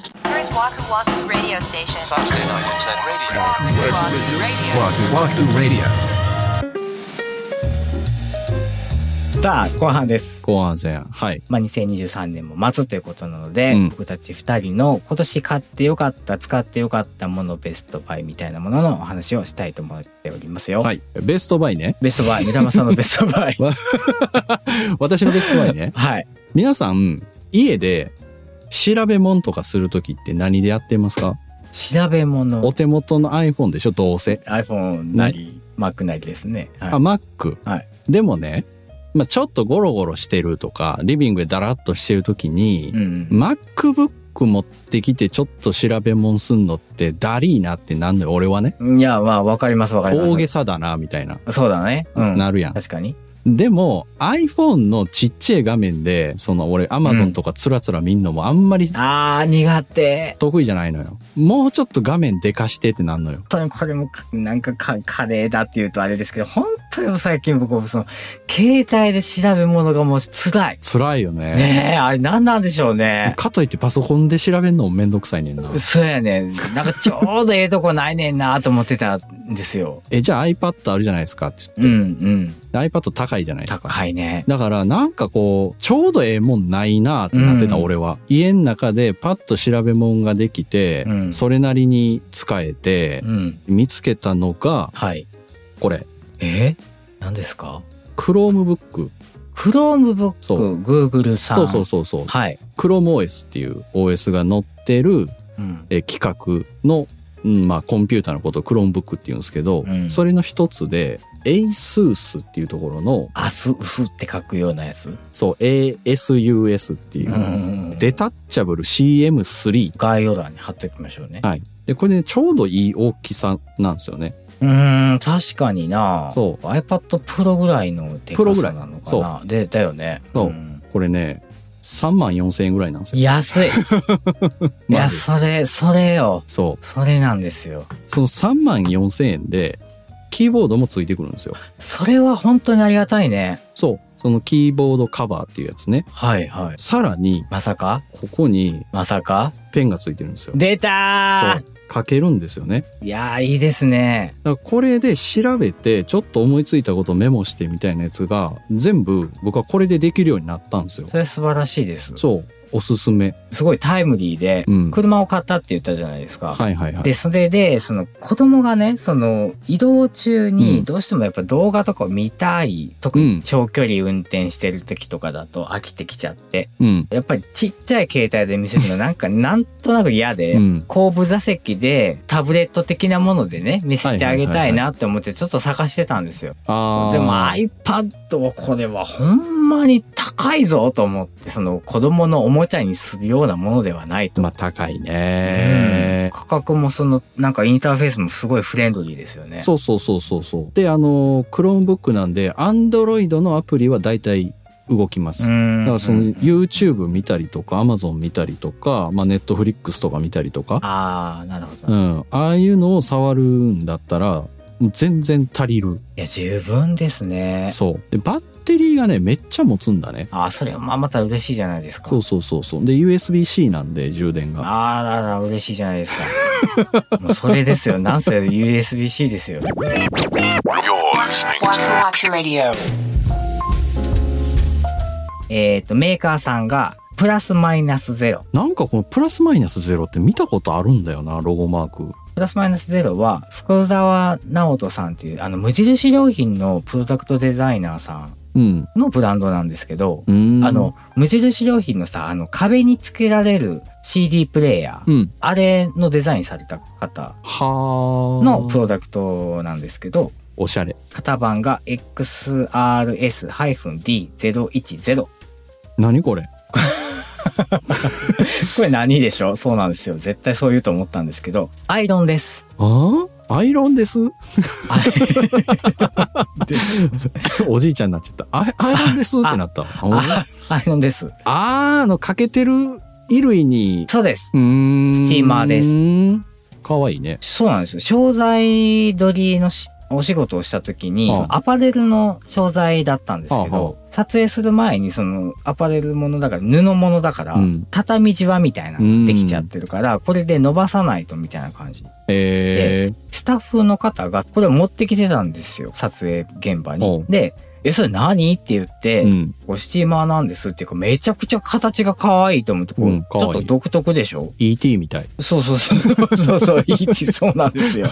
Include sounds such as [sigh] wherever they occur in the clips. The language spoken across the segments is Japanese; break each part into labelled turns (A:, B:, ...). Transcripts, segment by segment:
A: Waku Waku Radio Station.
B: Saturday night at 10 radio.
A: Waku Waku Radio.
C: Wahoo Wahoo Radio.
D: さあ後半です、
E: 後半戦。はい。
D: まあ、2023年も待つということなので、
E: うん
D: 僕たち2人の今年買ってよかった使ってよかったものベストバイみたいなもののお話をしたいと思っておりますよ、
E: はい。ベストバイね。
D: ベストバイ三玉さんのベスト
E: [laughs]
D: バイ。
E: わ私のベストバイね
D: [laughs] はい
E: 皆さん、家で調べ物とかするときって何でやってますか
D: 調べ
E: お
D: 物
E: 手元の iPhone でしょどうせ。
D: iPhone なり Mac なりですね、はい
E: あ、Mac。
D: はい
E: でもね、まあ、ちょっとゴロゴロしてるとか、リビングでダラッとしてるときに
D: う、ん、
E: MacBook 持ってきてちょっと調べ物すんのってダリーなってなんのよ、俺はね。
D: いやまあわかりますわかります
E: 大げさだな、みたいな。
D: そうだねうん
E: なるやん。
D: 確かに
E: でも iPhone のちっちゃい画面で、その俺 Amazon とかつらつら見んのもあんまり
D: あー苦手
E: 得意じゃないのよ。もうちょっと画面でかしてってなんのよ。
D: 本当にこれもかなんかかカレーだって言うとあれですけど本当に最近僕その携帯で調べ物がもう辛い
E: 辛いよね。
D: ねえあれ何なんでしょうね
E: かといってパソコンで調べんのもめんどくさいねんな。
D: そうやねなんかちょうどええとこないねんなと思ってたんですよ
E: え、じゃあ iPad あるじゃないですかって
D: うんうん
E: 言って iPad 高いじゃないですか。
D: 高いね
E: だからなんかこう、ちょうどええもんないなってなってた
D: うん
E: 俺は。家の中でパッと調べ物ができて、
D: うん
E: それなりに使えて
D: う、ん
E: 見つけたのが、
D: はい
E: これ、
D: え何ですか
E: Chromebook。
D: Chromebook
E: そう
D: Google さん
E: そうそうそうそう。
D: はい、
E: ChromeOS っていう OS が載ってる
D: うん、
E: えー企画の、うんまあ、コンピューターのことを Chromebook っていうんですけど、
D: うん
E: それの一つで ASUS っていうところの
D: アスウスって書くようなやつ、
E: そう ASUS っていう、
D: うん
E: デタッチャブル CM3
D: 概要欄に貼っておきましょうね
E: はいでこれねちょうどいい大きさなんですよね
D: うーん、確かにな
E: そう
D: iPad Pro ぐらいのデカさなの
E: プロぐ
D: かなで、だよね。
E: そうんこれね3万4千円ぐらいなんですよ [laughs]
D: 安い。い
E: ま
D: や、
E: ず
D: それ、それよ。
E: そう
D: それなんですよ。
E: その3万4千円でキーボードもついてくるんですよ
D: それは本当にありがたいね。
E: そうそのキーボードカバーっていうやつね
D: はいはい。
E: さらに
D: まさか
E: ここに
D: まさか
E: ペンがついてるんですよ
D: 出た
E: そう書けるんですよね
D: ーいやー、いいですね。
E: だからこれで調べてちょっと思いついたことをメモしてみたいなやつが全部僕はこれでできるようになったんですよ
D: それ素晴らしいです。
E: そうおすすめ
D: すごいタイムリーで、
E: うん
D: 車を買ったって言ったじゃないですか。
E: はいはいはい
D: で、それで、その子供がね、その移動中
E: う
D: に
E: ん
D: どうしてもやっぱ動画とかを見たい、特
E: うん
D: に長距離運転してる時とかだと飽きてきちゃって、
E: うん
D: やっぱりちっちゃい携帯で見せるの
E: [laughs]
D: なんかなんとなく嫌で、
E: うん
D: 後部座席でタブレット的なものでね、見せてあげたいなって思ってちょっと探してたんですよ。
E: あー
D: でも iPad はこれはほんまに高いぞと思って、その子供のおもちゃにするようなものではないと
E: まあ高いね
D: 価格もそのなんかインターフェースもすごいフレンドリーですよね。
E: そうそうそうそうそうであの Chromebook なんで Android のアプリはだいたい動きます
D: ん
E: だからその
D: うん
E: YouTube 見たりとか Amazon 見たりとか、まあ、Netflix とか見たりとか
D: ああなるほど。
E: う
D: い
E: ん、ああいうのを触るんだったらもう全然足りる
D: や十分ですね。
E: そうでバッテリーがねめっちゃ持つんだね
D: ああそれはまあまた嬉しいじゃないですか。
E: そうそうそうそうで USB-C なんで充電が
D: ああらら嬉しいじゃないですか。 [laughs] もうそれですよ。なんせ USB-C ですよ。
B: You're listening
A: Waku Waku
B: to
A: Radio.
D: えっとメーカーさんがプラスマイナスゼロ。
E: なんかこのプラスマイナスゼロって見たことあるんだよなロゴマーク
D: プラスマイナスゼロは福沢直人さんっていうあの無印良品のプロダクトデザイナーさん
E: うん
D: のブランドなんですけど、
E: うーん
D: あの、無印良品のさ、あの、壁につけられる CD プレイヤー、
E: うん
D: あれのデザインされた方
E: はあ
D: のプロダクトなんですけど、
E: おしゃれ
D: 型番が XRS-D010。
E: 何これ
D: これ何でしょうそうなんですよ。絶対そう言うと思ったんですけど、アイロンです。
E: ああアイロ
D: [laughs]
E: ンです
D: あ
E: おじいちゃんになっちゃったアイアイロンですってなったあ
D: アイロンです。
E: あーあの欠けてる衣類に
D: そうです。
E: うーん。
D: スチーマーです
E: かわいいね。
D: そうなんですよ。商材取りのしお仕事をした時に、
E: はあ
D: そのアパレルの商材だったんですけど、
E: はあは
D: 撮影する前にそのアパレルものだから、布ものだから、
E: うん
D: 畳じわみたいなのできちゃってるから、これで伸ばさないとみたいな感じ。
E: え
D: スタッフの方がこれを持ってきてたんですよ、撮影現場
E: お
D: に
E: う。
D: で、え、それ何って言って、
E: ー、うん。
D: こうスチーマーなんですっていうか、めちゃくちゃ形が可愛いと思って、こう
E: うん可愛い
D: ちょっと独特でしょ
E: ET みたい。
D: そうそうそう、そうそう、いいそうなんですよ。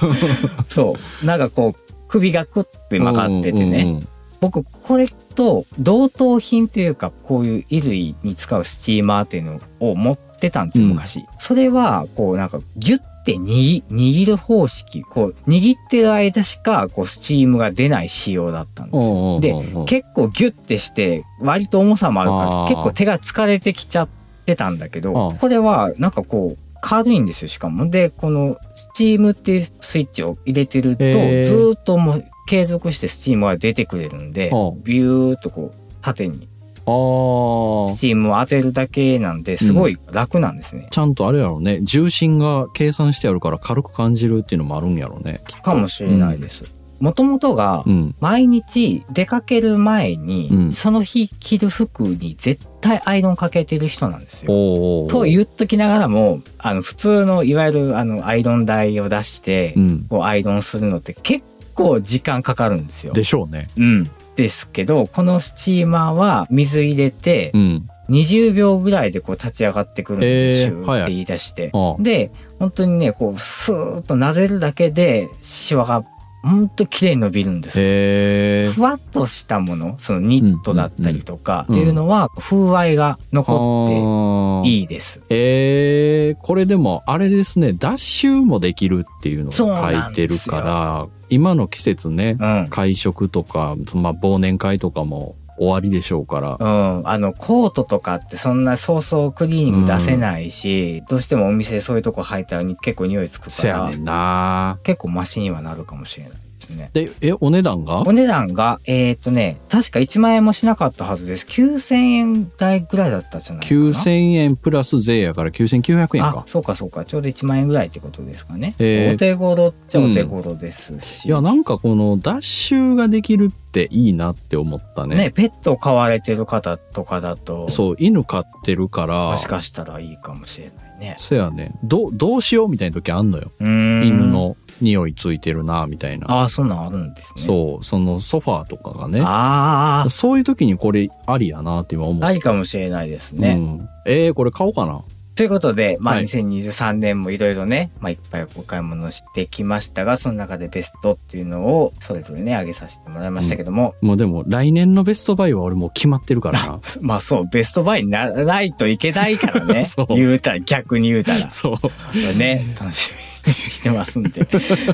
D: そう。なんかこう、首がクッて曲がっててね。
E: うんうんうん。
D: 僕、これと同等品というか、こういう衣類に使うスチーマーっていうのを持ってたんですよ、
E: うん
D: 昔。それは、こうなんか、ギュッて握握る方式、こう、握ってる間しか、こう、スチームが出ない仕様だったんです
E: おうおうおうお
D: よ。で、
E: う
D: 結構ギュッてして割と重さもある
E: あ
D: か
E: ー
D: ら結構手が疲れてきちゃってたんだけ
E: あ
D: ど
E: ー
D: これはなんかこう軽いんですよしかもでこのスチームっていうスイッチを入れてるとず
E: へー
D: ーっともう継続してスチームが出てくれるんで
E: あ
D: ビューっとこう縦に
E: あー
D: スチームを当てるだけなんですごい楽なんですね、
E: ちゃんとあれやろうね。重心が計算してあるから軽く感じるっていうのもあるんやろうね。
D: かもしれないです。もともとが
E: うん。
D: 毎日出かける前に、
E: うん
D: その日着る服に絶対アイロンかけてる人なんですよ。
E: おうおうおう
D: と言っときながらも、あの、普通の、いわゆる、あの、アイロン台を出して、
E: うん。
D: こう、アイロンするのって結構時間かかるんですよ。
E: でしょうね。
D: うん。ですけど、このスチーマーは水入れて
E: う、ん。
D: 20秒ぐらいでこう立ち上がってくるんです
E: えー
D: よ。シューっ
E: は
D: て
E: い
D: 言い出して。
E: ああ
D: で、本当にね、こう、スーッと撫でるだけで、シワが、ほんと綺麗に伸びるんですよ。
E: へえ。
D: ふわっとしたもの、そのニットだったりとか、っていうのは、風合いが残っ
E: ああ
D: ていいです。
E: えー、これでもあれですね、脱臭もできるっていうのを
D: そう
E: 書
D: ないん
E: て
D: で
E: る
D: すよ
E: から、今の季節ね、
D: うん。
E: 会食とか、まあ忘年会とかも終わりでしょうから、
D: うん。あの、コートとかってそんなそうそうクリーニング出せないし、どうしてもお店そういうとこ入ったらに結構匂いつくか
E: せや
D: ら
E: ね、んな。
D: 結構マシにはなるかもしれないですね。
E: で、え、お値段が
D: お値段が、えー、っとね、確か1万円もしなかったはずです。9000円台ぐらいだったじゃないかな。
E: 9000円プラス税やから9900円
D: あ
E: か、。
D: そうかそうか。ちょうど1万円ぐらいってことですかね。
E: えー
D: お手頃っちゃお手頃ですし。
E: いや、なんかこの脱臭ができるっていいなって思ったね。
D: ねペットを飼われてる方とかだと、
E: そう、犬飼ってるから
D: も、しかしたらいいかもしれないね。
E: せやね、ど、どうしようみたいな時あんのよ。
D: うーん
E: 犬。の匂いついてるな、みたいな。
D: ああ、そんなんあるんですね。う。
E: そう、そのソファーとかがね。
D: ああ。
E: そういう時にこれありやなって今思う。
D: ありかもしれないですね。
E: うん、えー、これ買おうかな。
D: ということで、まあ、
E: はい
D: 2023年もいろいろね、まあ、いっぱいお買い物してきましたが、その中でベストっていうのを、それぞれね、上げさせてもらいましたけども、。
E: もうでも来年のベストバイは俺もう決まってるからな
D: [laughs] まあそう、ベストバイにならないといけないからね
E: [laughs] そう、
D: 言うたら、逆に言うたら。
E: [laughs] そう。
D: ね、楽しみにしてますん
E: [laughs]
D: で。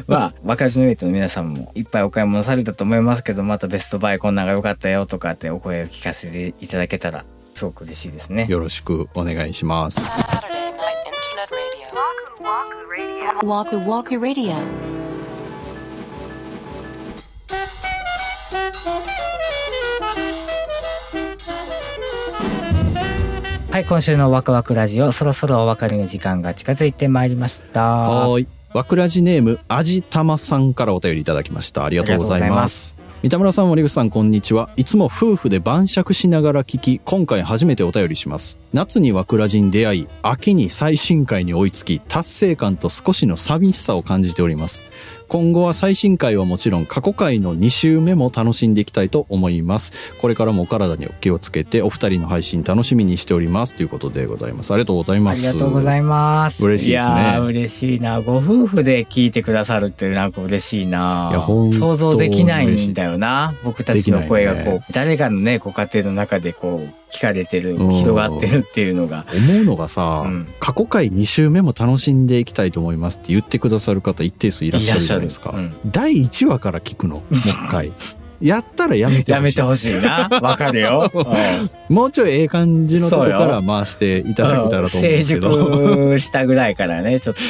D: まあ、若ジのメイトの皆さんもいっぱいお買い物されたと思いますけど、またベストバイこんなんが良かったよとかってお声を聞かせていただけたら、すごく嬉しいですね。
E: よろしくお願いします。
A: Saturday Night Internet Radio. Waku Waku Radio.
D: Waku はい、今週のワクワクラジオ、そろそろお別れの時間が近づいてまいりました。
E: はーい。わくらじネーム、あじたまさんからお便りいただきました。ありがとうございます。三田村さん、森口さん、こんにちは。いつも夫婦で晩酌しながら聞き、今回初めてお便りします。夏にわくらじに出会い、秋に最新回に追いつき、達成感と少しの寂しさを感じております。今後は最新回はもちろん過去回の2週目も楽しんでいきたいと思います。これからもお体にお気をつけて、お二人の配信楽しみにしております。ということでございます。ありがとうござい
D: あ
E: ま
D: り
E: す。
D: がとうございます。
E: 嬉しいですね
D: やー嬉しいな。ご夫婦で聞いてくださるってなんか嬉しいな。
E: いや本当
D: 想像できないんだよな。僕たちの声がこう
E: でき、ないね
D: 誰かのね、ご家庭の中でこう、聞かれてる、
E: うん
D: 広がってるっていうのが。
E: 思うのがさ、
D: うん
E: 過去回2週目も楽しんでいきたいと思いますって言ってくださる方一定数いらっしゃるじゃないですか、
D: いらっしゃる
E: 第1話から聞
D: [laughs]
E: くのもう一回やったらやめて
D: や
E: ほ
D: め
E: しい
D: てほしい
E: [laughs]
D: な。わかるよ。うん
E: もうちょいええ感じのとこ
D: そうよ
E: から回していただけたらと思うんで
D: 成
E: すけど [laughs]
D: 熟したぐらいからね、ちょっと。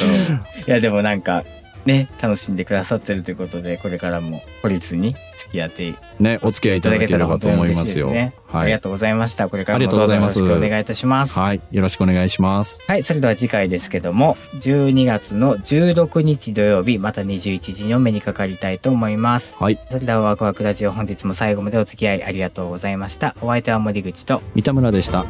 D: いや、でもなんか、ね、楽しんでくださってるということで、これからも孤立に付き合ってい
E: ね、お付き合いいた
D: た
E: だ
D: だ
E: け
D: け
E: た
D: たら
E: らば
D: 本
E: と
D: 当に
E: 思い
D: 嬉しい
E: ま
D: ですす
E: よ。
D: ね。
E: は
D: ありが
E: い。
D: とうございました。これから
E: あり
D: も
E: がとう
D: ど
E: ご
D: うぞ
E: ざい
D: よ
E: ま
D: ろ
E: す
D: しくお願いいたします。
E: はい。よろしくお願いします。
D: はい、それでは次回ですけども、12月の16日土曜日、また21時にお目にかかりたいと思います。
E: はい。
D: それではワクワクラジオ本日も最後までお付き合いありがとうございました。お相手は森口と
E: 三田村でした。